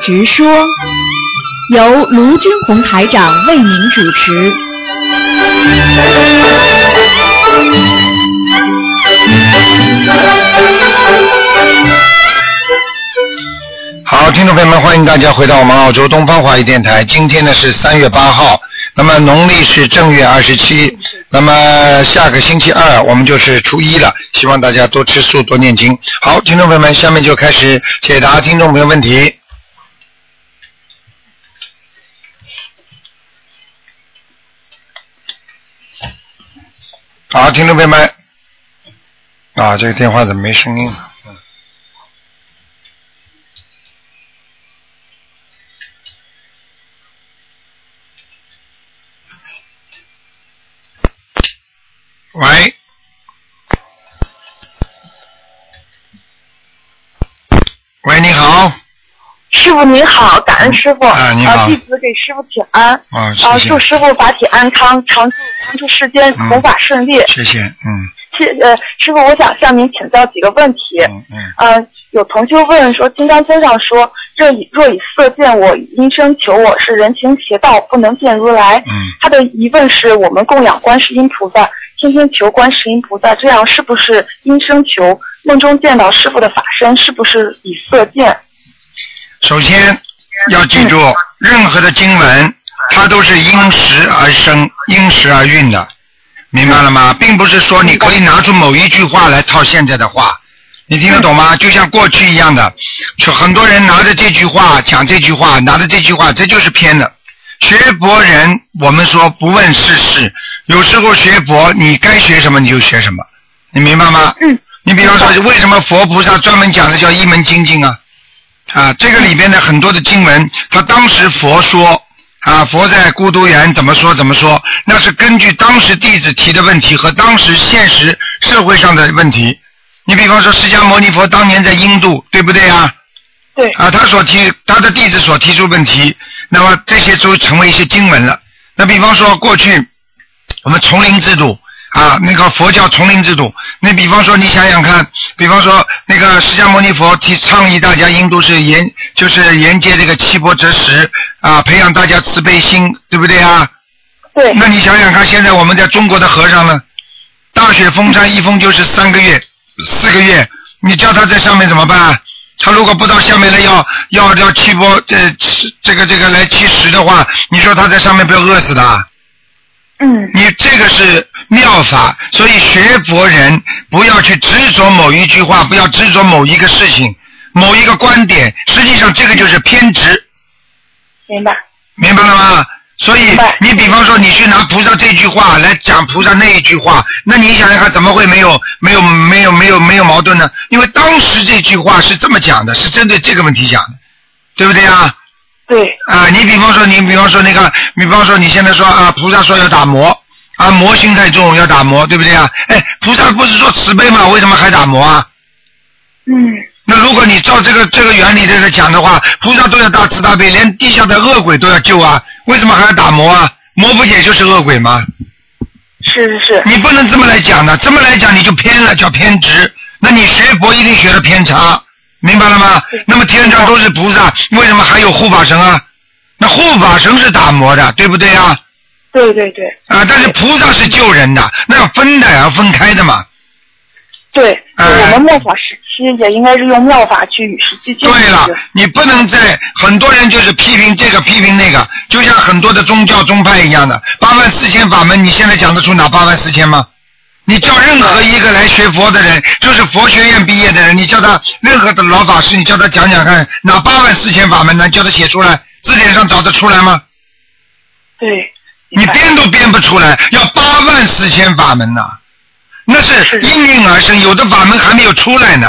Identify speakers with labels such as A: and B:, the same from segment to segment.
A: 直说》，由卢军红台长为您主持。
B: 好，听众朋友们，欢迎大家回到我们澳洲东方华语电台。今天呢是三月八号，那么农历是正月二十七，那么下个星期二我们就是初一了。希望大家多吃素，多念经。好，听众朋友们，下面就开始解答听众朋友问题。好，听众朋友们，啊，这个电话怎么没声音了？喂，喂，你好，
C: 师傅您好，感恩师傅。呃
B: 啊你好
C: 弟子给师傅请安。
B: 啊，
C: 啊，
B: 谢谢
C: 祝，师傅法体安康，长驻长驻世间，
B: 嗯
C: 弘法顺利。
B: 谢谢，嗯
C: 谢呃，师傅，我想向您请教几个问题。
B: 嗯嗯，
C: 呃，有同修问说，《金刚经》上说，这以若以色见我，以音声求我，是人行邪道，不能见如来。
B: 嗯，
C: 他的疑问是我们供养观世音菩萨，天天求观世音菩萨，这样是不是音声求？梦中见到师傅的法身，是不是以色见？
B: 首先要记住，任何的经文，它都是因时而生，因时而运的，明白了吗？并不是说你可以拿出某一句话来套现在的话，你听得懂吗？就像过去一样的，就很多人拿着这句话讲这句话，拿着这句话，这就是偏的。学佛人，我们说不问世事，有时候学佛，你该学什么你就学什么，你明白吗？
C: 嗯。
B: 你比方说，为什么佛菩萨专门讲的叫一门精进啊？啊，这个里边的很多的经文，他当时佛说啊，佛在孤独园怎么说怎么说，那是根据当时弟子提的问题和当时现实社会上的问题。你比方说，释迦牟尼佛当年在印度，对不对啊？
C: 对，
B: 啊，他所提他的弟子所提出问题，那么这些都成为一些经文了。那比方说，过去我们丛林制度啊，那个佛教丛林制度，那比方说你想想看，比方说那个释迦牟尼佛提倡议大家印度是沿就是沿接这个七波折时啊，培养大家慈悲心，对不对啊？
C: 对，
B: 那你想想看，现在我们在中国的和尚呢，大雪封山一封就是三个月、四个月，你叫他在上面怎么办、啊？他如果不到下面来要要要七波呃吃这个这个来七食的话，你说他在上面不要饿死的啊？
C: 嗯，
B: 你这个是妙法，所以学佛人不要去执着某一句话，不要执着某一个事情、某一个观点，实际上这个就是偏执。
C: 明白，
B: 明白了吗？所以
C: 明白
B: 你比方说你去拿菩萨这句话来讲菩萨那一句话，那你想想看，怎么会没有没有没有没有没有矛盾呢？因为当时这句话是这么讲的，是针对这个问题讲的，对不对啊？
C: 对，
B: 啊，你比方说你比方说那个，比方说你现在说啊，菩萨说要打磨啊，魔性太重要打磨，对不对啊？哎，菩萨不是说慈悲吗？为什么还打磨啊？
C: 嗯，
B: 那如果你照这个这个原理在这讲的话，菩萨都要大慈大悲，连地下的恶鬼都要救啊，为什么还要打磨啊？磨不也就是恶鬼吗？
C: 是是是，
B: 你不能这么来讲的，这么来讲你就偏了，叫偏执。那你学佛一定学的偏差，明白了吗？那么天上都是菩萨，为什么还有护法神啊？那护法神是打磨的，对不对啊？
C: 对对对
B: 啊，但是菩萨是救人的，那要分的，要分开的嘛。
C: 对，
B: 哎
C: 我们妙法时期也应该是用妙法去与时俱进。
B: 对了
C: 是不是，
B: 你不能在很多人就是批评这个批评那个，就像很多的宗教宗派一样的八万四千法门，你现在讲得出哪八万四千吗？你叫任何一个来学佛的人，就是佛学院毕业的人，你叫他任何的老法师，你叫他讲讲看哪八万四千法门呢？叫他写出来，字典上找得出来吗？
C: 对，
B: 你
C: 明白
B: 编都编不出来，要八万四千法门呐、那是
C: 是
B: 应运而生，有的法门还没有出来呢，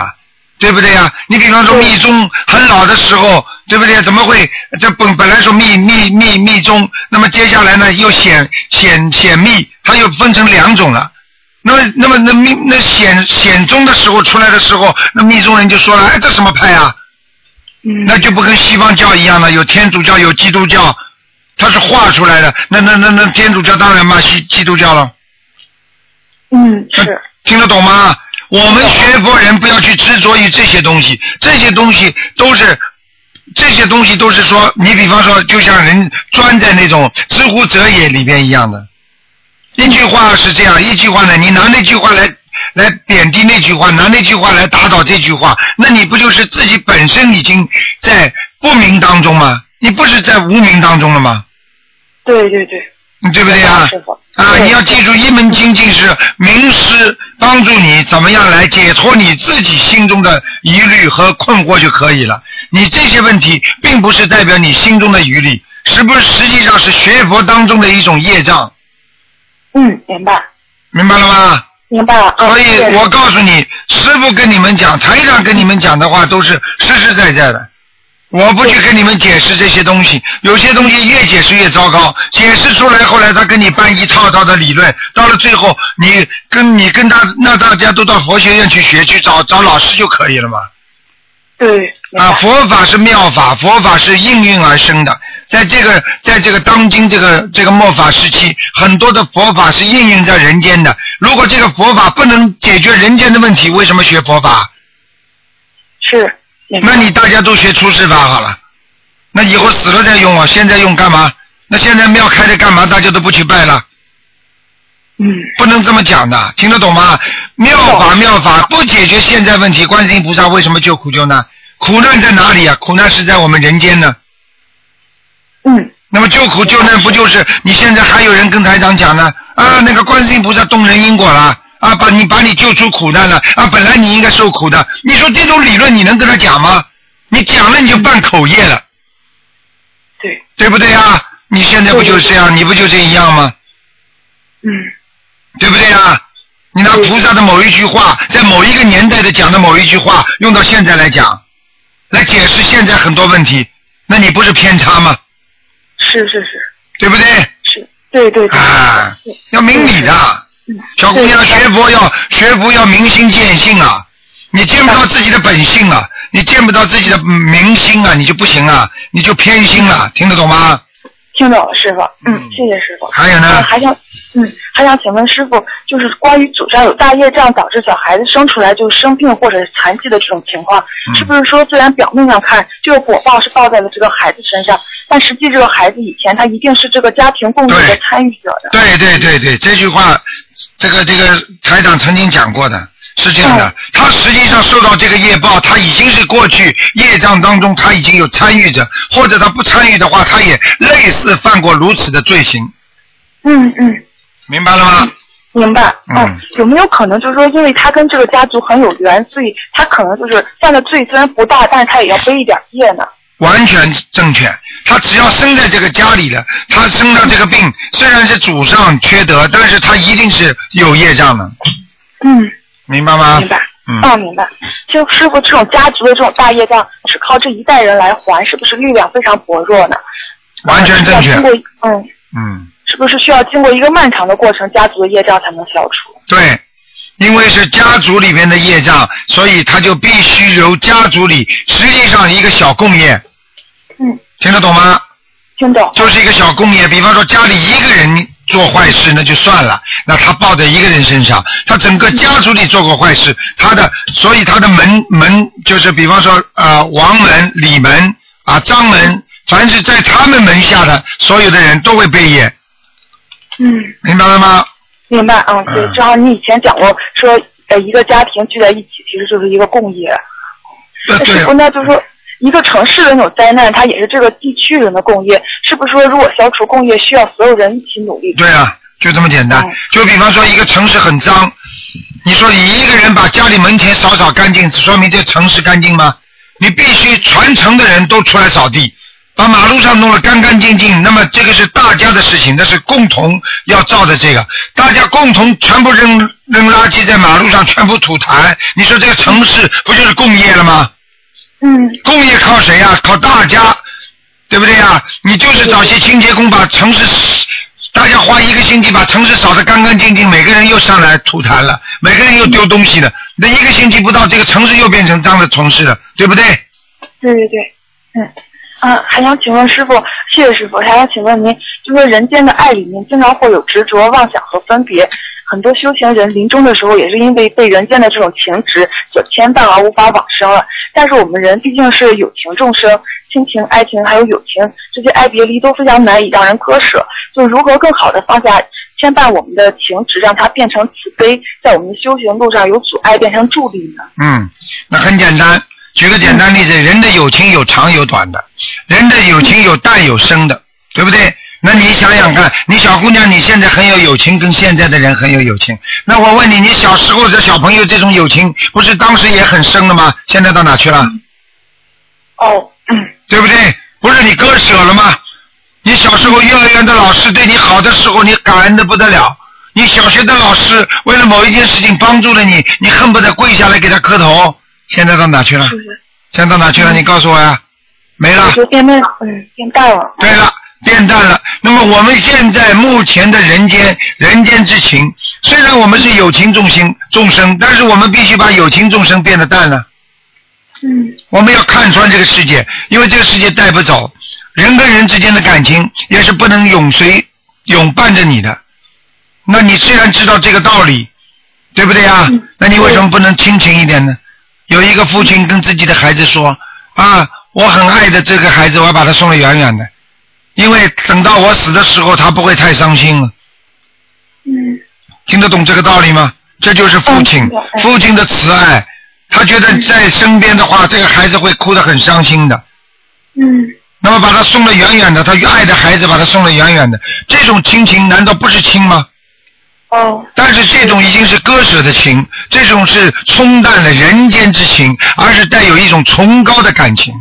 B: 对不对呀、你比方说
C: 对
B: 密宗很老的时候，对不对？怎么会这本本来说密密密密宗，那么接下来呢又显显显密，它又分成两种了。那么那么那密那显显宗的时候出来的时候，那密宗人就说了，哎，这什么派啊？
C: 嗯，
B: 那就不跟西方教一样了，有天主教，有基督教，它是画出来的。那那那那天主教当然骂西基督教了，
C: 嗯是，
B: 听得懂吗？我们学佛人不要去执着于这些东西，这些东西都是这些东西都是说，你比方说，就像人钻在那种知乎者也里边一样的，一句话是这样，一句话呢，你拿那句话来来贬低那句话，拿那句话来打倒这句话，那你不就是自己本身已经在不明当中吗？你不是在无名当中了吗？
C: 对对对，
B: 对不对啊？
C: 师傅
B: 啊，
C: 对
B: 你要记住，一门精进是名师帮助你怎么样来解脱你自己心中的疑虑和困惑就可以了。你这些问题并不是代表你心中的疑虑，是不是实际上是学佛当中的一种业障？
C: 嗯，明白
B: 明白了吗？
C: 明白了。嗯
B: 所以
C: 谢谢
B: 我告诉你，师傅跟你们讲，台长跟你们讲的话都是实实在在的。我不去跟你们解释这些东西，有些东西越解释越糟糕，解释出来后来他跟你搬一套套的理论，到了最后你跟你跟他那大家都到佛学院去学去找找老师就可以了嘛。
C: 对明
B: 啊，
C: 白
B: 佛法是妙法，佛法是应运而生的。在这个，在这个当今这个这个末法时期，很多的佛法是应运在人间的。如果这个佛法不能解决人间的问题，为什么学佛法？
C: 是明白。
B: 那你大家都学出世法好了，那以后死了再用啊，现在用干嘛？那现在庙开着干嘛？大家都不去拜了，
C: 嗯
B: 不能这么讲的，听得懂吗？妙法妙法不解决现在问题，观世音菩萨为什么救苦救难？苦难在哪里啊？苦难是在我们人间呢。
C: 嗯
B: 那么救苦救难不就是你现在还有人跟台长讲呢？啊，那个观世音菩萨动人因果了，啊，把你把你救出苦难了，啊，本来你应该受苦的。你说这种理论你能跟他讲吗？你讲了你就办口业了，
C: 对
B: 对不对啊？你现在不就是这样？你不就这一样吗？
C: 嗯
B: 对不对啊？你拿菩萨的某一句话，在某一个年代的讲的某一句话，用到现在来讲，来解释现在很多问题，那你不是偏差吗？
C: 是是是
B: 对不对？
C: 是，对对对。
B: 啊，要明理的。
C: 嗯
B: 小姑娘
C: 对
B: 学佛要学佛要明心见性啊，你见不到自己的本性啊，你见不到自己的明心啊，你就不行啊，你就偏心了，听得懂吗？
C: 听懂了，师傅。嗯
B: 嗯，
C: 谢谢师傅。
B: 还有
C: 呃
B: 呢，
C: 还想，嗯，还想请问师傅，就是关于祖上有大业障导致小孩子生出来就生病或者是残疾的这种情况，
B: 嗯
C: 是不是说虽然表面上看这个果报是报在了这个孩子身上，但实际这个孩子以前他一定是这个家庭共同的
B: 对
C: 参与者的？
B: 对对对对，这句话，这个这个台长曾经讲过的，是这样的
C: 嗯，
B: 他实际上受到这个业报，他已经是过去业障当中他已经有参与者，或者他不参与的话，他也类似犯过如此的罪行，
C: 嗯嗯，
B: 明白了吗？
C: 明白。
B: 嗯
C: 有没有可能就是说，因为他跟这个家族很有缘，所以他可能就是犯的罪虽然不大，但是他也要背一点业呢？
B: 完全正确。他只要生在这个家里了，他生到这个病，虽然是祖上缺德，但是他一定是有业障的，
C: 嗯，
B: 明白吗？
C: 明白。
B: 嗯，
C: 哦，明白。就师傅这种家族的这种大业障，只靠这一代人来还，是不是力量非常薄弱呢？
B: 完全正确
C: 是。不是要经过嗯，
B: 嗯，
C: 是不是需要经过一个漫长的过程，家族的业障才能消除？
B: 对，因为是家族里面的业障，所以他就必须由家族里实际上一个小共业，
C: 嗯，
B: 听得懂吗？
C: 听懂？
B: 就是一个小共业，比方说家里一个人做坏事那就算了，那他报在一个人身上，他整个家族里做过坏事，他的所以他的门门就是比方说呃王门、李门啊、张门，凡是在他们门下的所有的人都会被业，
C: 嗯，
B: 明白了吗？
C: 明白。嗯，对，
B: 嗯
C: 正好你以前讲过说，呃，一个家庭聚在一起，其实就是一个共业。
B: 呃
C: 但
B: 对
C: 是
B: 啊
C: 不，那就是说。一个城市的那种灾难，它也是这个地区人的共业，是不是说如果消除共业，需要所有人一起努力？
B: 对啊，就这么简单
C: 嗯。
B: 就比方说一个城市很脏，你说你一个人把家里门前扫扫干净，说明这城市干净吗？你必须全城的人都出来扫地，把马路上弄得干干净净。那么这个是大家的事情，那是共同要照的这个，大家共同全部扔扔垃圾在马路上，全部吐痰。你说这个城市不就是共业了吗？
C: 嗯，
B: 工业靠谁啊？靠大家，对不对啊？你就是找些清洁工把城市，大家花一个星期把城市扫得干干净净，每个人又上来吐痰了，每个人又丢东西了。那一个星期不到，这个城市又变成脏的城市了，对不对？
C: 对对对，嗯。啊，还想请问师傅，谢谢师傅，还想请问您，就说人间的爱里面经常会有执着、妄想和分别，很多修行人临终的时候也是因为被人间的这种情执所牵绊而无法往生了。但是我们人毕竟是有情众生，亲情、爱情还有友情这些爱别离都非常难以让人割舍。就如何更好的放下牵绊我们的情执，让它变成慈悲，在我们修行路上由阻碍变成助力呢？
B: 嗯，那很简单。举个简单例子，人的友情有长有短的，人的友情有淡有深的，对不对？那你想想看，你小姑娘你现在很有友情，跟现在的人很有友情。那我问你，你小时候的小朋友这种友情，不是当时也很深的吗？现在到哪去了？
C: 哦，嗯
B: 对不对？不是你割舍了吗？你小时候幼儿园的老师对你好的时候，你感恩的不得了；你小学的老师为了某一件事情帮助了你，你恨不得跪下来给他磕头。现在到哪去了？
C: 是不是？
B: 现在到哪去了？你告诉我呀，没了
C: 我。就变面，嗯，变淡了。
B: 对了，变淡了。那么我们现在目前的人间人间之情，虽然我们是有情众生众生，但是我们必须把有情众生变得淡了。
C: 嗯
B: 我们要看穿这个世界，因为这个世界带不走，人跟人之间的感情也是不能永随永伴着你的。那你虽然知道这个道理，对不对呀、
C: 嗯
B: 那你为什么不能亲情一点呢？有一个父亲跟自己的孩子说：“啊，我很爱的这个孩子，我要把他送得远远的，因为等到我死的时候，他不会太伤心了。”
C: 嗯
B: 听得懂这个道理吗？这就是父亲
C: 嗯我，懂
B: 父亲的慈爱。他觉得在身边的话，这个孩子会哭得很伤心的。
C: 嗯
B: 那么把他送得远远的，他爱的孩子把他送得远远的，这种亲情难道不是亲吗？
C: 哦
B: 但是这种已经是割舍的情，这种是冲淡了人间之情，而是带有一种崇高的感情，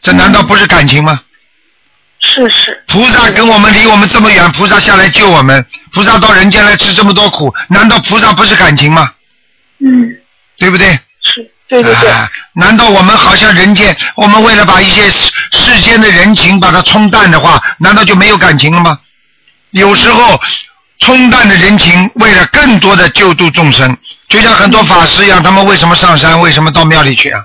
B: 这难道不是感情吗？
C: 是是
B: 菩萨跟我们离我们这么远，菩萨下来救我们，菩萨到人间来吃这么多苦，难道菩萨不是感情吗？
C: 嗯
B: 对不对？
C: 是对对对
B: 啊难道我们好像人间，我们为了把一些世世间的人情把它冲淡的话，难道就没有感情了吗？有时候冲淡的人情，为了更多的救度众生，就像很多法师一样，他们为什么上山，为什么到庙里去啊？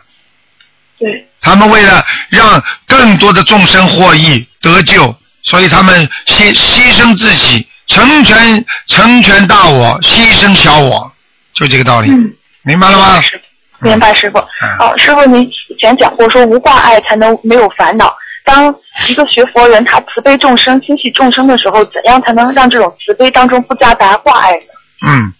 C: 对
B: 他们为了让更多的众生获益得救，所以他们牺牺牲自己，成全成全大我，牺牲小我，就这个道理，
C: 嗯。
B: 明白了吗？
C: 是明白，师傅。
B: 嗯
C: 哦，师傅，您以前讲过说无挂碍才能没有烦恼。当一个学佛人他慈悲众生、心系众生的时候，怎样才能让这种慈悲当中不夹杂挂碍呢？
B: 嗯，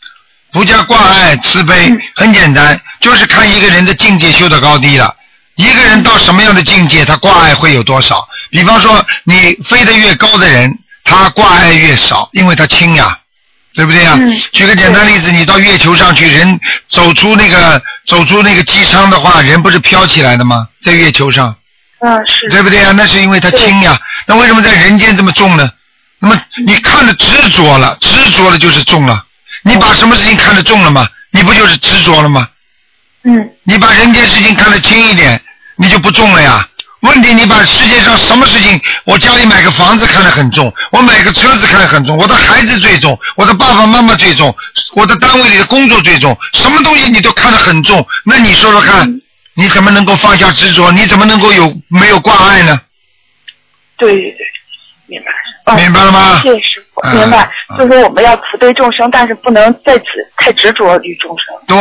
B: 不加挂碍，慈悲
C: 嗯，
B: 很简单，就是看一个人的境界修得高低了。一个人到什么样的境界，他挂碍会有多少？比方说，你飞得越高的人，他挂碍越少，因为他轻呀，对不对呀？
C: 嗯
B: 举个简单例子，你到月球上去，人走出那个走出那个机舱的话，人不是飘起来的吗？在月球上，
C: 嗯，是
B: 对不对呀？那是因为它轻呀。那为什么在人间这么重呢？那么你看得执着了，执着了就是重了。你把什么事情看得重了吗？你不就是执着了吗？
C: 嗯
B: 你把人间事情看得轻一点，你就不重了呀。问题你把世界上什么事情，我家里买个房子看得很重，我买个车子看得很重，我的孩子最重，我的爸爸妈妈最重，我的单位里的工作最重，什么东西你都看得很重。那你说说看，你怎么能够放下执着？你怎么能够有没有挂碍呢？
C: 对对对，明白。嗯、
B: 明白了吗？
C: 谢谢师傅，
B: 嗯
C: 明白。
B: 嗯
C: 就是说我们要慈悲众生，但是不能在此太执着于众生。
B: 对，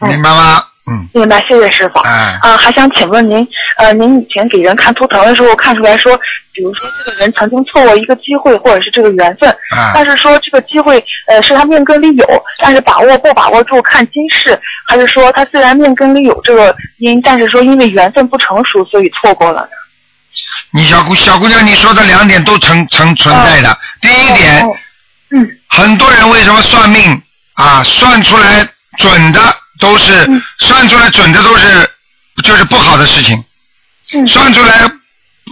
C: 嗯
B: 明白吗？嗯，
C: 明白，谢谢师傅。
B: 哎，
C: 啊，还想请问您，呃，您以前给人看图腾的时候看出来说，比如说这个人曾经错过一个机会，或者是这个缘分，但
B: 哎，
C: 是说这个机会，呃，是他命根里有，但是把握不把握住看今世，还是说他虽然命根里有这个因，但是说因为缘分不成熟，所以错过了呢？
B: 你小姑小姑娘，你说的两点都存存存在的。第一点，
C: 哦嗯
B: 很多人为什么算命啊？算出来准的都是
C: 嗯
B: 算出来准的都是就是不好的事情，
C: 嗯
B: 算出来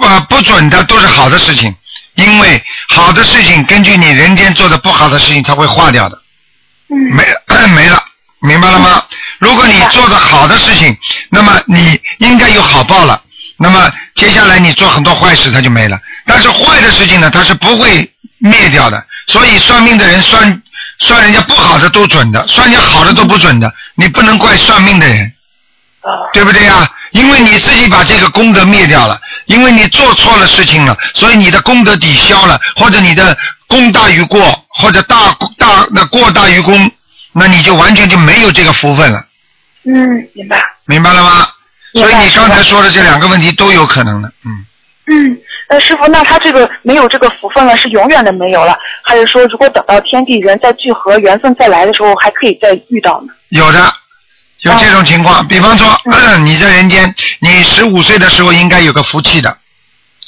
B: 啊不准的都是好的事情，因为好的事情根据你人间做的不好的事情，它会化掉的。
C: 嗯
B: 没 没了，明白了吗？如果你做的好的事情，那么你应该有好报了。那么接下来你做很多坏事，它就没了。但是坏的事情呢，它是不会灭掉的。所以算命的人算算人家不好的都准的，算人家好的都不准的，你不能怪算命的人，
C: 啊
B: 对不对呀？因为你自己把这个功德灭掉了，因为你做错了事情了，所以你的功德抵消了，或者你的功大于过，或者大大那过大于功，那你就完全就没有这个福分了，
C: 嗯，明白。
B: 明白了吗？
C: 明
B: 所
C: 白
B: 以你刚才说的这两个问题都有可能的，嗯，
C: 嗯，那师傅，那他这个没有这个福分了，是永远的没有了，还是说如果等到天地人再聚合，缘分再来的时候，还可以再遇到呢？
B: 有的，有这种情
C: 哦
B: 况。比方说，
C: 嗯
B: 你在人间，你十五岁的时候应该有个福气的，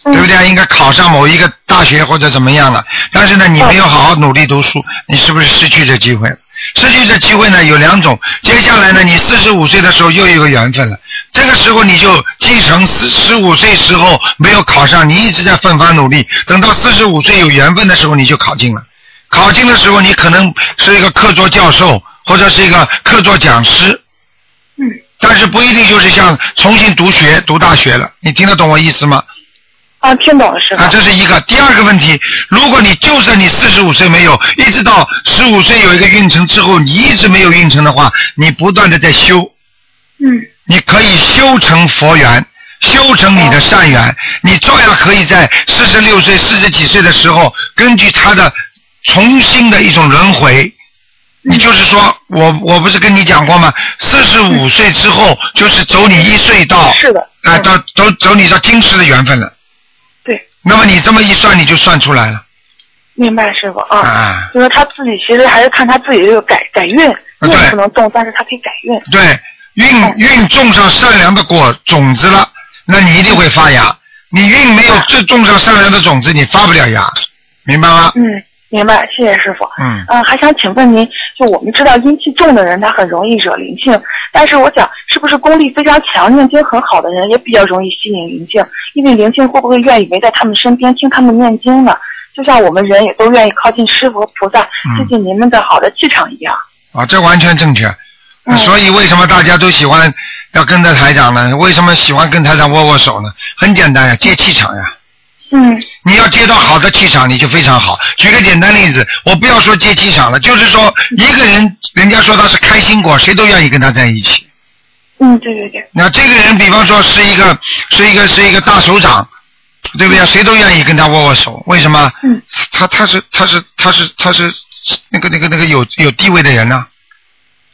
B: 对不
C: 嗯？
B: 对？应该考上某一个大学或者怎么样了。但是呢，你没有好好努力读书，你是不是失去这机会了？失去这机会呢，有两种。接下来呢，你四十五岁的时候又有一个缘分了。这个时候你就继承四十五岁时候没有考上，你一直在奋发努力。等到四十五岁有缘分的时候，你就考进了。考进的时候，你可能是一个客座教授或者是一个客座讲师，
C: 嗯，
B: 但是不一定就是像重新读学读大学了。你听得懂我意思吗？
C: 啊，听懂了， 师傅
B: 啊，。这是一个。第二个问题，如果你就算你四十五岁没有，一直到十五岁有一个运程之后，你一直没有运程的话，你不断的在修，
C: 嗯
B: 你可以修成佛缘，修成你的善缘，你照样可以在四十六岁、四十几岁的时候，根据他的重新的一种轮回。
C: 嗯
B: 你就是说，我我不是跟你讲过吗？四十五岁之后，就是走你一岁到，
C: 嗯是的
B: 啊，
C: 嗯
B: 到走走你到今世的缘分了。
C: 对，
B: 那么你这么一算，你就算出来了
C: 明白，师傅啊。
B: 啊。
C: 就是他自己其实还是看他自己这个改改运，运
B: 对
C: 不能动，但是他可以改运。
B: 对，运
C: 哦
B: 运种上善良的果种子了，那你一定会发芽。你运没有
C: 啊
B: 这种上善良的种子，你发不了芽，明白吗？
C: 嗯，明白，谢谢师傅。
B: 嗯，
C: 嗯，还想请问您，就我们知道阴气重的人，他很容易惹灵性，但是我想，是不是功力非常强、念经很好的人，也比较容易吸引灵性？因为灵性会不会愿意围在他们身边听他们念经呢？就像我们人也都愿意靠近师傅和菩萨，
B: 嗯
C: 接近您们的好的气场一样。
B: 啊，这完全正确。
C: 嗯
B: 所以为什么大家都喜欢要跟着台长呢？为什么喜欢跟台长握握手呢？很简单呀、接气场呀、
C: 嗯
B: 你要接到好的气场，你就非常好。举个简单例子，我不要说接气场了，就是说一个人，人家说他是开心果，谁都愿意跟他在一起。
C: 嗯，对对对，
B: 那这个人，比方说是一个是一个是一个大手掌，对不对？谁都愿意跟他握握手，为什么？
C: 嗯，
B: 他他是他是他是他是那个那个那个有有地位的人呢、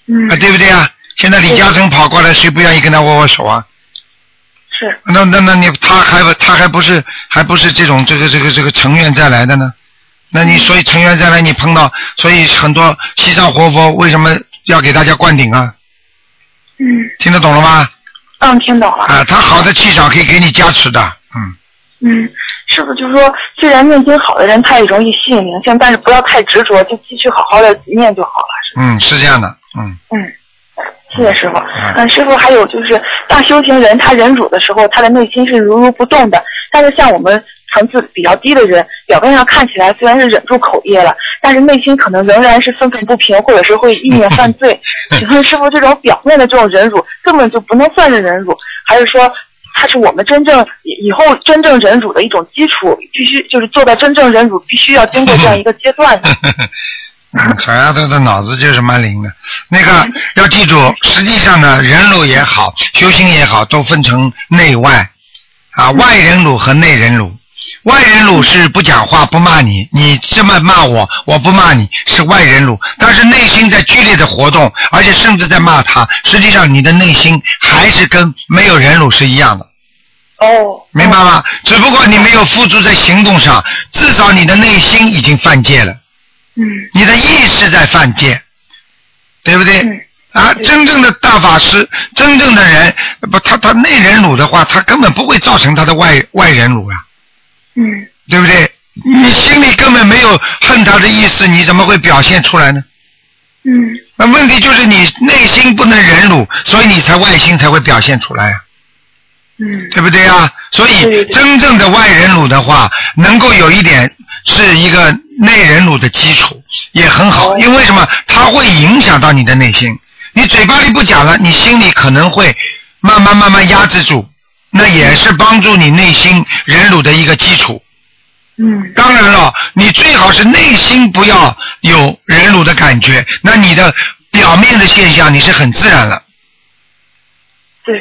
C: 嗯
B: 啊，对不对啊？现在李嘉诚跑过来，谁不愿意跟他握握手啊？
C: 是，
B: 那那那你他还不他还不是还不是这种这个这个这个成员再来的呢？那
C: 嗯
B: 你所以成员再来，你碰到所以很多西藏活佛为什么要给大家灌顶啊？
C: 嗯
B: 听得懂了吗？
C: 嗯，听懂了。
B: 啊，他好的气场可以给你加持的，嗯。
C: 嗯，是不是就是说，虽然念经好的人他也容易吸引灵性，但是不要太执着，就继续好好的念就好了。是
B: 嗯，是这样的，嗯，
C: 嗯，谢谢师傅。嗯，师傅还有就是大修行人，他忍辱的时候，他的内心是如如不动的。但是像我们层次比较低的人，表面上看起来虽然是忍住口业了，但是内心可能仍然是愤愤不平，或者是会意念犯罪。请问师傅，这种表面的这种忍辱，根本就不能算是忍辱，还是说？它是我们真正以以后真正忍辱的一种基础，必须就是做到真正忍辱，必须要经过这样一个阶段的。
B: 嗯小丫头的脑子就是蛮灵的。那个要记住，实际上呢，忍辱也好，修行也好，都分成内外啊，外忍辱和内忍辱。外忍辱是不讲话不骂你，你这么骂我，我不骂你是外忍辱，但是内心在剧烈的活动，而且甚至在骂他，实际上你的内心还是跟没有忍辱是一样的。
C: 哦，
B: 明白吗？只不过你没有付诸在行动上，至少你的内心已经犯戒了，
C: 嗯
B: 你的意识在犯戒，对不对？
C: 嗯
B: 啊，
C: 对
B: 真正的大法师，真正的人，不，他他内忍辱的话，他根本不会造成他的外外忍辱啊，
C: 嗯，
B: 对不对？你心里根本没有恨他的意思，你怎么会表现出来呢？
C: 嗯，
B: 那问题就是你内心不能忍辱，所以你才外心才会表现出来啊。
C: 嗯，
B: 对不对啊？所以
C: 对对
B: 真正的外忍辱的话，能够有一点是一个内忍辱的基础，也很好。
C: 哦
B: 因为什么？它会影响到你的内心。你嘴巴里不讲了，你心里可能会慢慢慢慢压制住，那也是帮助你内心忍辱的一个基础。
C: 嗯，
B: 当然了，你最好是内心不要有忍辱的感觉，那你的表面的现象你是很自然了。
C: 对，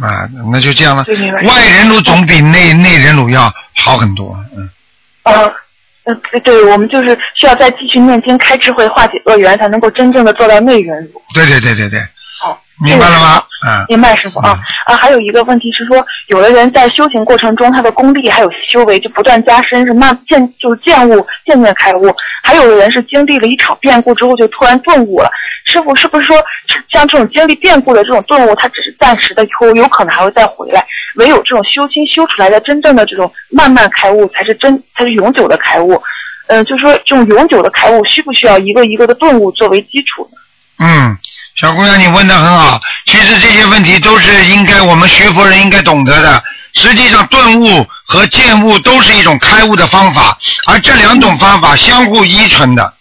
B: 啊，那就这样了
C: 对明白。
B: 外人乳总比内内人乳要好很多，嗯，
C: 呃，呃，对对，我们就是需要再继续念经开智慧化解恶缘，才能够真正的做到内缘如。
B: 对对对对对，
C: 哦，
B: 明白了吗？嗯，
C: 明白，师傅啊啊，还有一个问题是说，有的人在修行过程中，他的功力还有修为就不断加深，是慢渐就是渐悟，渐渐开悟；还有的人是经历了一场变故之后，就突然顿悟了。师傅是不是说，像这种经历变故的这种顿悟，它只是暂时的，以后有可能还会再回来？唯有这种修心修出来的真正的这种慢慢开悟，才是真，才是永久的开悟。嗯、就说这种永久的开悟，需不需要一个一个的顿悟作为基础呢？
B: 嗯，小姑娘，你问的很好。其实这些问题都是应该我们学佛人应该懂得的。实际上，顿悟和见悟都是一种开悟的方法，而这两种方法相互依存的。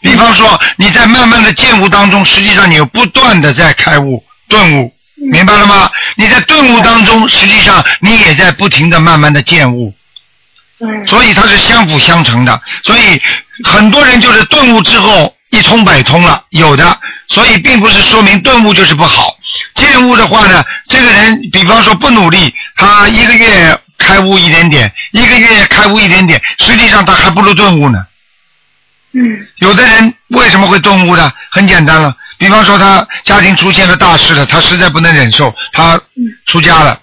B: 比方说，你在慢慢的见悟当中，实际上你有不断的在开悟、顿悟，明白了吗？你在顿悟当中，实际上你也在不停的慢慢的见悟。
C: 嗯
B: 所以它是相辅相成的。所以很多人就是顿悟之后一通百通了，有的。所以并不是说明顿悟就是不好，见悟的话呢，这个人比方说不努力，他一个月开悟一点点，一个月开悟一点点，实际上他还不如顿悟呢。
C: 嗯
B: 有的人为什么会顿悟呢？很简单了，比方说他家庭出现了大事了，他实在不能忍受，他出家了，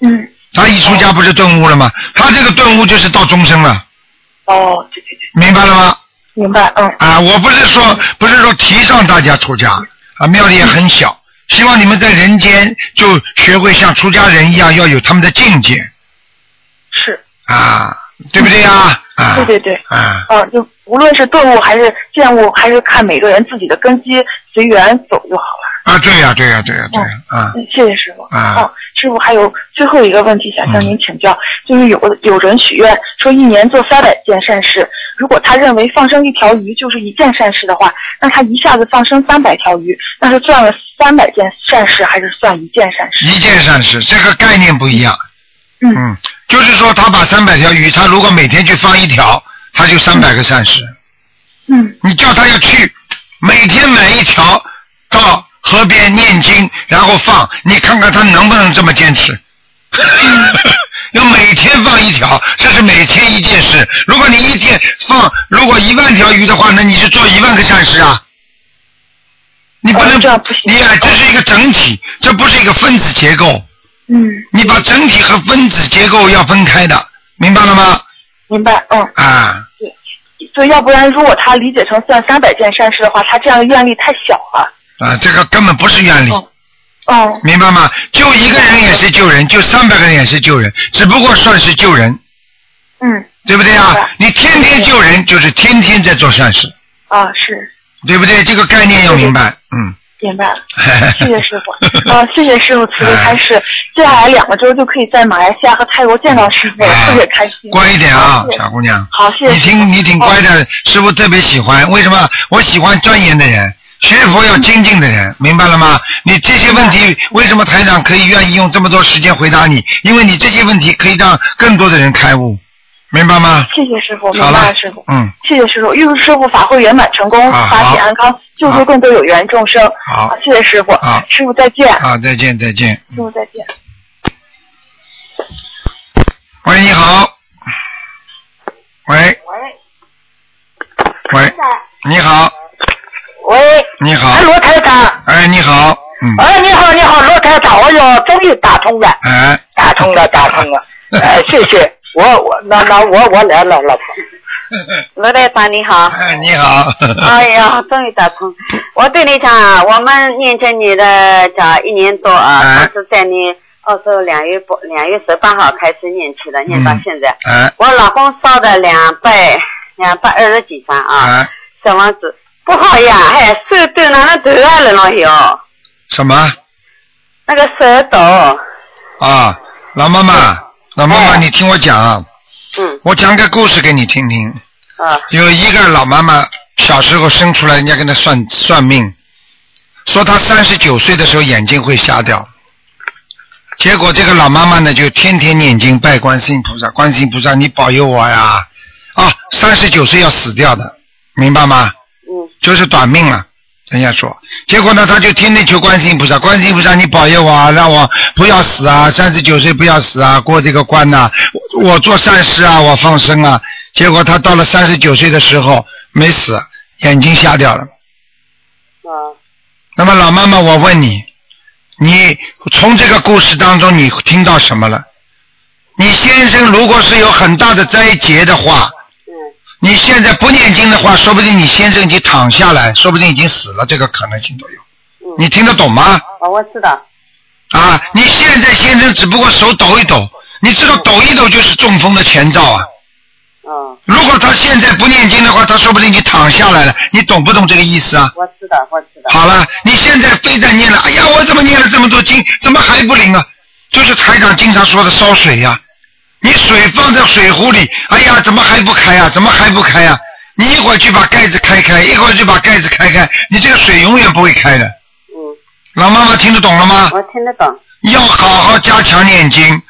C: 嗯，
B: 他一出家不是顿悟了吗？他这个顿悟就是到终身了，
C: 哦，对对对，
B: 明白了吗？
C: 明白，嗯。
B: 啊，我不是说不是说提倡大家出家啊，庙里也很小，希望你们在人间就学会像出家人一样，要有他们的境界
C: 是，
B: 啊，对不对呀？啊，
C: 对对对，
B: 啊，
C: 嗯、就无论是顿悟还是见悟，还是看每个人自己的根基，随缘走就好了。
B: 啊，对呀、对呀、对呀、对呀、啊，
C: 嗯，谢谢师傅。
B: 啊
C: 嗯，师傅还有最后一个问题想向您请教，就是有个有人许愿说一年做三百件善事，如果他认为放生一条鱼就是一件善事的话，那他一下子放生三百条鱼，那是算了三百件善事还是算一件善事？
B: 一件善事，这个概念不一样。
C: 嗯
B: 嗯，就是说他把三百条鱼，他如果每天去放一条，他就三百个善事。
C: 嗯
B: 你叫他要去，每天买一条到河边念经，然后放，你看看他能不能这么坚持？
C: 嗯
B: 要每天放一条，这是每天一件事。如果你一天放，如果一万条鱼的话，那你是做一万个善事啊。你不能，
C: 哦这样不行
B: 你啊，这是一个整体，这不是一个分子结构。
C: 嗯，
B: 你把整体和分子结构要分开的，明白了吗？
C: 明白，嗯。
B: 啊，
C: 对，要不然如果他理解成算三百件善事的话，他这样的愿力太小了。
B: 啊，这个根本不是原理。
C: 哦嗯，
B: 明白吗？救一个人也是救人，救三百个人也是救人，只不过算是救人，
C: 嗯，
B: 对不对啊
C: 明白？
B: 你天天救人，就是天天在做善事，
C: 啊，是
B: 对不对？这个概念要明白，嗯。
C: 明白了。谢谢师傅，啊，谢谢师傅慈悲开
B: 哎
C: 示。接下来两个周就可以在马来西亚和泰国见到师傅，我特别开 心。
B: 乖一点啊
C: 好，谢谢
B: 小姑娘。
C: 好，谢哦
B: 你
C: 谢。
B: 挺你挺乖的，师傅特别喜欢。为什么？我喜欢钻研的人，学佛要精进的人，明白了吗？你这些问题，为什么台长可以愿意用这么多时间回答你？因为你这些问题可以让更多的人开悟，明白吗？
C: 谢谢师傅，明
B: 好
C: 白
B: 了
C: 了，师傅，。
B: 嗯。
C: 谢谢师傅，预祝师傅法会圆满成功，
B: 啊
C: 法
B: 好
C: 体安康，救
B: 好
C: 度更多有缘众生。
B: 好
C: 谢谢师傅
B: 啊，
C: 师傅再见，
B: 啊，再见再见。
C: 师傅再见。
B: 喂，你好。喂
D: 喂
B: 喂，你好，
D: 喂，
B: 你好
D: 哎，，罗台长，
B: 哎，你好，嗯，
D: 哎，你好，你好，罗台长，哎呦，终于打通了，
B: 哎，
D: 打通了，打通 了，哎，谢谢，我我那那我我来了，老婆，
E: 罗队长你好，
B: 哎， 你好，
E: 哎呀，终于打通！我对你讲啊，我们念经你的讲一年多啊，
B: 哎
E: 当时在你澳洲两月八两月十八号开始念起的，
B: 嗯
E: 念到现在。
B: 哎
E: 我老公烧的两百两百二十几张啊，
B: 哎，
E: 小王子不好呀，哎，手抖哪能抖啊，人老哟，
B: 什么
E: 那个手抖，
B: 啊？老妈妈，老妈妈，你听我讲啊，
E: 嗯
B: 我讲个故事给你听听。
E: 啊
B: 有一个老妈妈小时候生出来，人家跟她算算命，说她三十九岁的时候眼睛会瞎掉。结果这个老妈妈呢，就天天念经拜观世音菩萨，观世音菩萨你保佑我呀！哦啊，三十九岁要死掉的，明白吗？
E: 嗯
B: 就是短命了。人家说，结果呢，他就天天求观世音菩萨，观世音菩萨，你保佑我，啊，让我不要死啊，三十九岁不要死啊，过这个关呐、我我做善事啊，我放生啊。结果他到了三十九岁的时候没死，眼睛瞎掉了。
E: 嗯
B: 那么老妈妈，我问你，你从这个故事当中你听到什么了？你先生如果是有很大的灾劫的话，
E: 嗯
B: 你现在不念经的话，说不定你先生已经躺下来，说不定已经死了，这个可能性都有。
E: 嗯，
B: 你听得懂吗？
E: 哦，我知道，
B: 啊，你现在先生只不过手抖一抖，你知道抖一抖就是中风的前兆啊。
E: 嗯，
B: 如果他现在不念经的话，他说不定已经躺下来了。你懂不懂这个意思啊？
E: 我知道，我知道，
B: 好了，你现在非在念了，哎呀，我怎么念了这么多经，怎么还不灵啊？就是台长经常说的烧水呀、你水放在水壶里，哎呀，怎么还不开啊呀、怎么还不开呀、你一会儿去把盖子开开，一会儿去把盖子开开，你这个水永远不会开的。
E: 嗯，
B: 老妈妈听得懂了吗？
E: 我听得懂，
B: 要好好加强念经。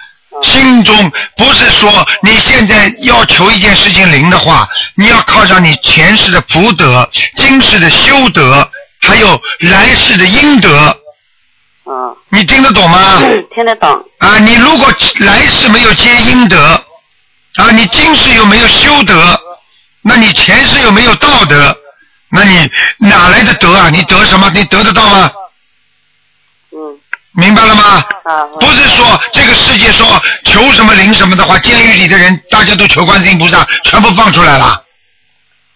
B: 心中不是说你现在要求一件事情灵的话，你要靠上你前世的福德、今世的修德，还有来世的阴德。
E: 嗯，
B: 你听得懂吗？
E: 听得懂，
B: 啊，你如果来世没有接阴德，啊，你今世又没有修德，那你前世又没有道德，那你哪来的德啊？你得什么？你得得到吗？
E: 嗯，
B: 明白了吗？
E: 啊，我
B: 不是说这个世界说求什么灵什么的话，监狱里的人大家都求观世音菩萨，全部放出来了。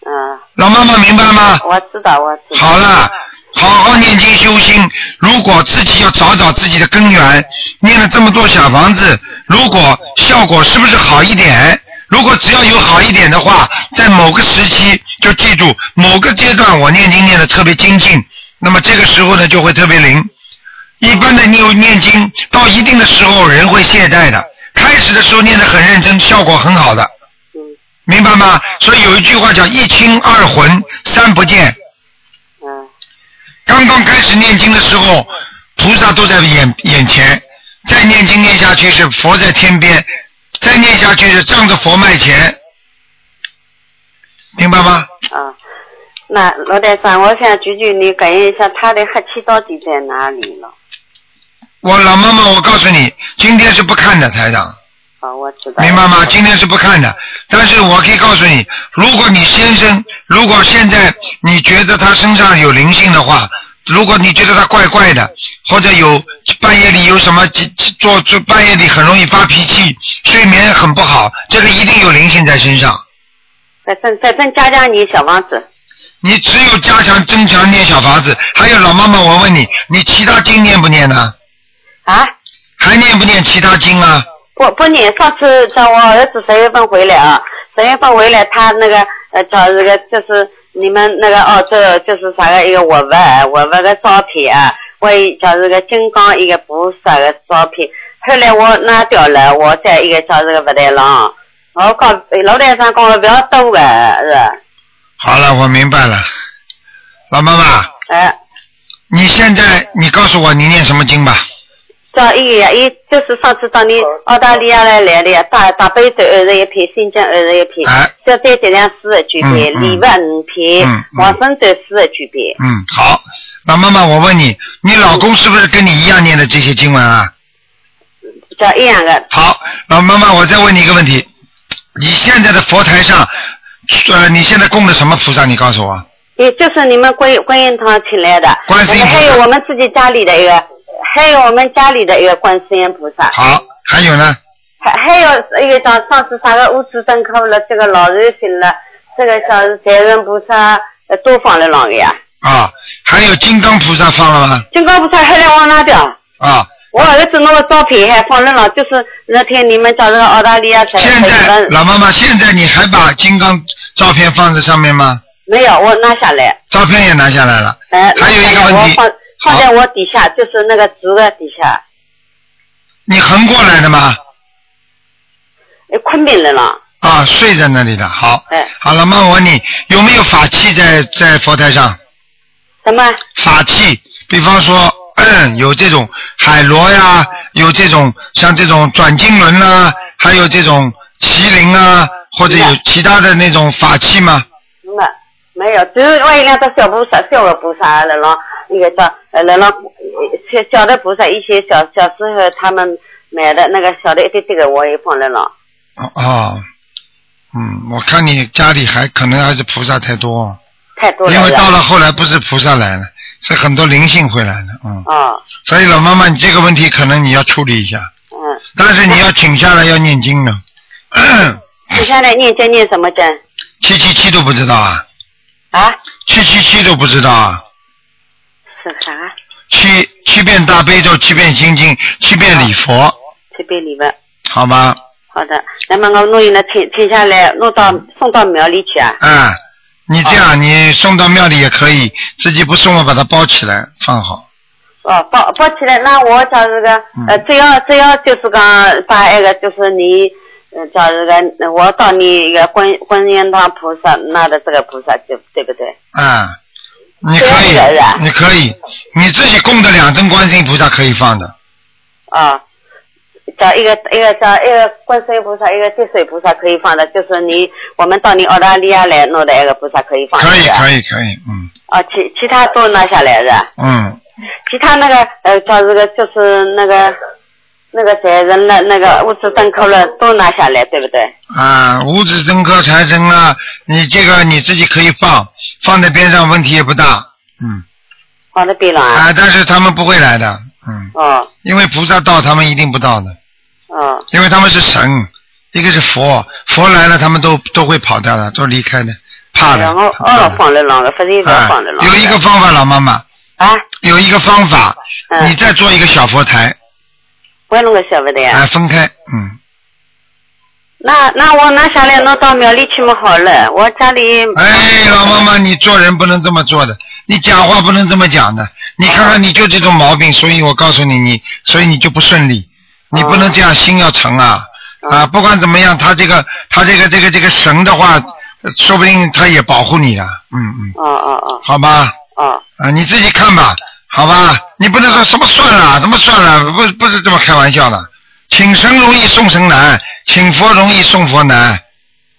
E: 嗯，
B: 老妈妈明白吗？
E: 我知道，我知道，
B: 好了，好好念经修心。如果自己要找找自己的根源，念了这么多小房子，如果效果是不是好一点？如果只要有好一点的话，在某个时期就记住某个阶段我念经念的特别精进，那么这个时候呢就会特别灵。一般的你有念经到一定的时候人会懈怠的，开始的时候念得很认真，效果很好的，
E: 嗯
B: 明白吗？所以有一句话叫一清二浑三不见，
E: 嗯
B: 刚刚开始念经的时候，菩萨都在眼眼前，再念经念下去是佛在天边，再念下去是仗着佛卖钱，明白吗？
E: 啊。那罗台长，我想求求你感应一下他的黑气到底在哪里了？
B: 我老妈妈，我告诉你，今天是不看的台长，
E: 啊，我知道。
B: 明白吗？今天是不看的，但是我可以告诉你，如果你先生，如果现在你觉得他身上有灵性的话，如果你觉得他怪怪的，或者有半夜里有什么几几做做半夜里很容易发脾气，睡眠很不好，这个一定有灵性在身上。
E: 再增再增加加你小房子，
B: 你只有加强增强念小房子，还有老妈妈，我问你，你其他经念不念呢？
E: 啊，
B: 还念不念其他经啊？
E: 不不念。上次叫我儿子十月份回来啊，十月份回来他那个呃找这个就是你们那个澳洲就是啥个一个活佛，活佛个照片啊，我一叫这个金刚一个菩萨个照片。后来我拿掉了，我在一个叫这个不太郎，我讲老台上讲了不要抖个是吧，
B: 好了，我明白了，老妈妈，
E: 哎。
B: 你现在你告诉我你念什么经吧？
E: 找一个呀，一就是上次到你澳大利亚来来的呀，大大杯头二十一片，新疆二十一片
B: 哎，
E: 小山质量四十九
B: 嗯
E: 片，
B: 嗯
E: 礼物五片
B: 嗯，嗯
E: 黄生豆四十九片，
B: 嗯，好，老妈妈，我问你，你老公是不是跟你一样念的这些经文啊？
E: 叫一样的，
B: 好，老妈妈，我再问你一个问题，你现在的佛台上，呃，你现在供的什么菩萨？你告诉我。
E: 也就是你们观观音堂请来的，
B: 观世音菩萨
E: 还有我们自己家里的一个，还有我们家里的一个观世音菩萨，
B: 好，还有呢？
E: 还还有一个叫上次啥个乌兹登科了，这个老人行了，这个叫财神菩萨呃都放了啷个呀？
B: 啊，还有金刚菩萨放了吗？
E: 金刚菩萨后来我拿掉。
B: 啊，
E: 我儿子那个照片还放那了，就是那天你们讲的澳大利亚才
B: 现在
E: 才
B: 老妈妈，现在你还把金刚照片放在上面吗？
E: 没有，我拿下来，
B: 照片也拿下来了。
E: 哎，
B: 还有一个问
E: 拿下来
B: 题啊
E: 我放放在我底下，就是那个竹的底下，
B: 你横过来的吗？
E: 哎，困病人了，
B: 啊，睡在那里的。好，
E: 哎，
B: 好，老妈，我问你，有没有法器在在佛台上？
E: 什么？
B: 法器，比方说、嗯、有这种海螺呀，有这种像这种转经轮啦、还有这种麒麟啊，或者有
E: 嗯
B: 其他的那种法器吗？
E: 没没有，只有我有两只小菩萨，小的菩萨，然后那个叫，呃然后小小的菩萨，以前小小时候他们买的那个小的一点点的，我也放了了。
B: 哦哦，嗯，我看你家里还可能还是菩萨太多，
E: 太多了。
B: 因为到了后来不是菩萨来了，是很多灵性会来的，嗯。
E: 哦，
B: 所以老妈妈，你这个问题可能你要处理一下，
E: 嗯，
B: 但是你要请下来要念经呢。
E: 接下来念经念什么经
B: 七七七都不知道啊，
E: 啊？
B: 七七七都不知道啊，
E: 是啥？
B: 七七遍大悲咒，七遍心经，七遍礼佛，
E: 这边礼物。
B: 好吗？
E: 好的，那么我弄呢，停停下来，弄到送到庙里去啊。
B: 啊，你这样你送到庙里也可以，自己不送了把它包起来放好。
E: 哦，包包起来，那我叫这个
B: 嗯
E: 呃，只要只要就是讲把那个就是你呃叫这个我到你一个观观音堂菩萨那的这个菩萨对对不对？
B: 啊，你可以
E: 这样子啊，
B: 你可以，你自己供的两尊观世音菩萨可以放的。
E: 啊，叫一个一个叫一个观世音菩萨，一个地水菩萨可以放的，就是你我们到你澳大利亚来弄的那个菩萨可以放的。
B: 可以
E: 是吧
B: 可以可以，嗯
E: 啊，其其他都拿下来是吧？
B: 嗯，
E: 其他那个呃，叫这个就是那个那个谁人了，那
B: 呃
E: 个物质登科了都拿下来，对不对？
B: 啊，五指真科财神啊，你这个你自己可以放，放在边上问题也不大，嗯
E: 放在边上啊。
B: 啊，但是他们不会来的，嗯，
E: 哦
B: 因为菩萨到他们一定不到的，
E: 哦
B: 因为他们是神，一个是佛，佛来了他们都都会跑掉的，都离开的，怕的。
E: 然后
B: 怕的
E: 哦放了了，反正一直
B: 啊
E: 放了了。
B: 有一个方法，老妈妈，
E: 啊，
B: 有一个方法，
E: 嗯
B: 你再做一个小佛台，
E: 我也弄个晓不得呀。
B: 啊，分开，嗯，
E: 那那我拿下来弄到庙里去么好了，我家里。
B: 哎，老妈妈，你做人不能这么做的，你讲话不能这么讲的，你看看你就这种毛病，所以我告诉你，你所以你就不顺利，你不能这样，心要诚啊，啊，不管怎么样，他这个他这个这个这个神的话，呃说不定他也保护你了，嗯嗯，
E: 哦哦哦
B: 好吧，
E: 哦
B: 啊，你自己看吧，好吧，你不能说什么算了，什么算了，不不是这么开玩笑的。请神容易送神难，请佛容易送佛难，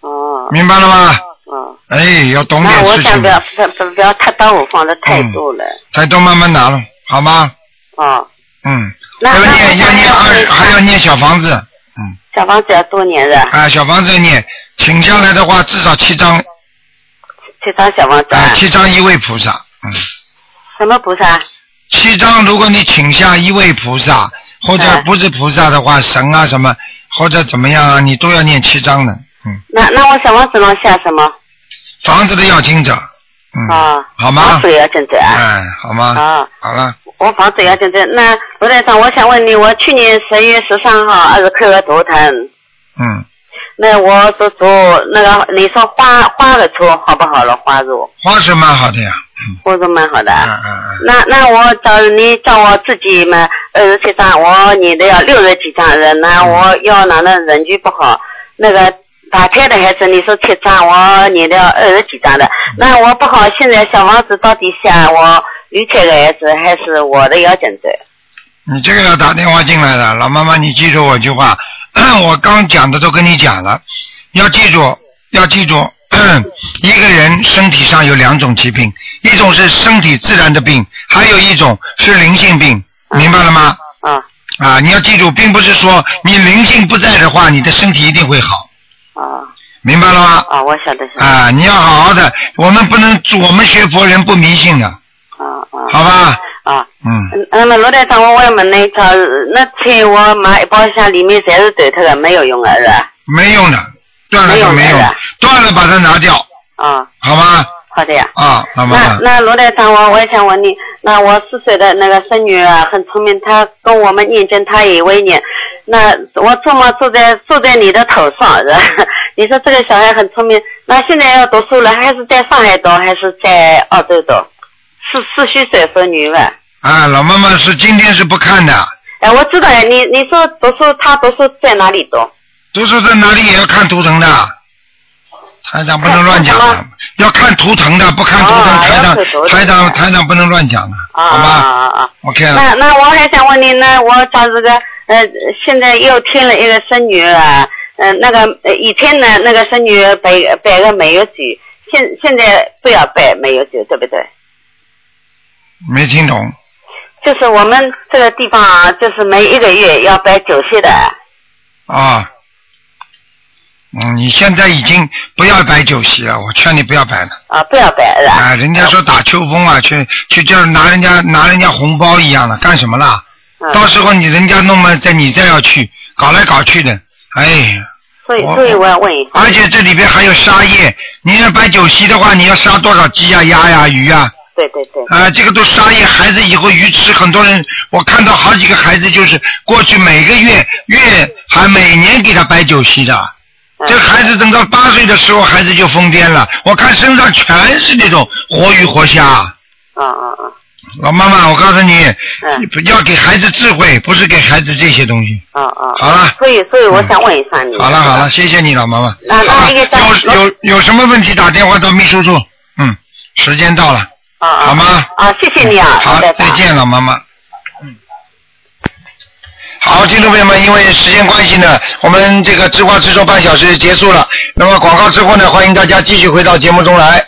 E: 哦
B: 明白了吗？
E: 哦。
B: 哎，要懂点
E: 那我
B: 事
E: 想
B: 情
E: 不，要不不不要太耽误，放的太
B: 嗯
E: 多了。
B: 再多慢慢拿了，好吗？
E: 哦，
B: 嗯，
E: 那
B: 要
E: 那
B: 念
E: 我
B: 要
E: 想
B: 念
E: 要
B: 二，
E: 是
B: 还要念小房子，
E: 小房子要多年的，
B: 啊，小房子要念，请下来的话至少七张，
E: 这张小房子啊
B: 啊，七张一位菩萨，嗯，
E: 什么菩萨？
B: 七张，如果你请下一位菩萨，或者
E: 哎
B: 不是菩萨的话，神啊什么，或者怎么样啊，你都要念七张的，嗯，
E: 那那我小王子能下什么？
B: 房子的要经者，嗯，
E: 啊，
B: 好吗
E: 房？子也要进者啊。
B: 哎，好吗？
E: 啊，
B: 好了，
E: 我房子也要进者。那罗台长，我想问你，我去年十月十三号二十颗头疼，
B: 嗯，
E: 那我做做那个，你说花花的错好不好了？花肉，
B: 花是蛮好的呀，嗯，
E: 花肉蛮好的。
B: 嗯嗯嗯，
E: 那那我找你叫我自己嘛，二十七张，我你的要六十几张人，那
B: 嗯
E: 我要哪能人均不好？那个打胎的孩子，你说七张，我你的要二十几张的，
B: 嗯
E: 那我不好。现在小房子到底下我流产的孩子还是我的要紧的？
B: 你这个要打电话进来的，老妈妈，你记住我一句话， 我刚讲的都跟你讲了，要记住，要记住， 一个人身体上有两种疾病，一种是身体自然的病，还有一种是灵性病，明白了吗？
E: 啊
B: 啊，你要记住，并不是说你灵性不在的话，你的身体一定会好，
E: 啊
B: 明白了吗？
E: 啊！我晓得是啊
B: 啊，你要好好的，我们不能，我们学佛人不迷信的，
E: 啊
B: 好吧？
E: 啊！
B: 嗯，
E: 嗯那么罗台长，我问问你，找那菜我买一包厢里面全是断脱的，没有用的是吧？
B: 没用的，断了就没
E: 没有
B: 用
E: 的，
B: 断了把它拿掉，
E: 啊，
B: 好吗？
E: 好的呀。
B: 啊，老妈
E: 那
B: 妈，
E: 那罗台长，我我也想问你，那我四岁的那个孙女啊，很聪明，她跟我们念经，她也会念。那我做梦坐在坐在你的头上，是吧 你说这个小孩很聪明，那现在要读书了，还是在上海读，还是在澳洲读？四四虚岁孙女吧。
B: 啊，老妈妈是今天是不看的，
E: 哎，我知道呀，你你说读书，她读书在哪里读？
B: 读书在哪里也要看图腾的，台长不能乱讲
E: 看
B: 的
E: 什，
B: 要看图腾的，不看图腾，
E: 哦
B: 台
E: 要看图
B: 长
E: 腾
B: 台长台长不能乱讲的，
E: 啊
B: 好
E: 啊
B: 吗嗯
E: 啊啊！
B: ？OK 了，
E: 那那我还想问你呢，我找这个呃，现在又添了一个孙女儿啊，呃，那个呃以前呢，那个孙女儿摆摆个美玉局，现现在不要拜，没有就对不对？
B: 没听懂。
E: 就是我们这个地方啊，就是每一个月要拜九岁的，
B: 啊，嗯，你现在已经不要摆酒席了，我劝你不要摆了。
E: 啊，不要拜是吧？
B: 啊，人家说打秋风啊，去去就是拿人家拿人家红包一样的，干什么啦？
E: 嗯，
B: 到时候你人家弄嘛，在你再要去搞来搞去的，哎，
E: 所以
B: 我
E: 所以我要问一下，
B: 而且这里边还有杀业，你要摆酒席的话，你要杀多少鸡呀、鸭呀、鱼呀、
E: 对对对，
B: 啊，这个都杀业，孩子以后鱼吃，很多人我看到好几个孩子就是过去每个月月还每年给他摆酒席的，
E: 嗯
B: 这孩子等到八岁的时候，孩子就疯癫了，我看身上全是那种活鱼活虾。
E: 嗯嗯嗯
B: 老妈妈，我告诉你，
E: 嗯
B: 你不要给孩子智慧，不是给孩子这些东西。
E: 嗯嗯，
B: 好了
E: 所以所以我想问一下你，
B: 好了好了，谢谢你老妈妈。
E: 那
B: 好
E: 那
B: 了
E: 那个在
B: 有有有什么问题打电话到秘书处。嗯，时间到了，
E: 啊啊，
B: 好吗？
E: 啊，谢谢你啊，
B: 好
E: 拜，拜
B: 再见，老妈妈。嗯，好，听众朋友们，因为时间关系呢，我们这个知话直说半小时结束了。那么广告之后呢，欢迎大家继续回到节目中来。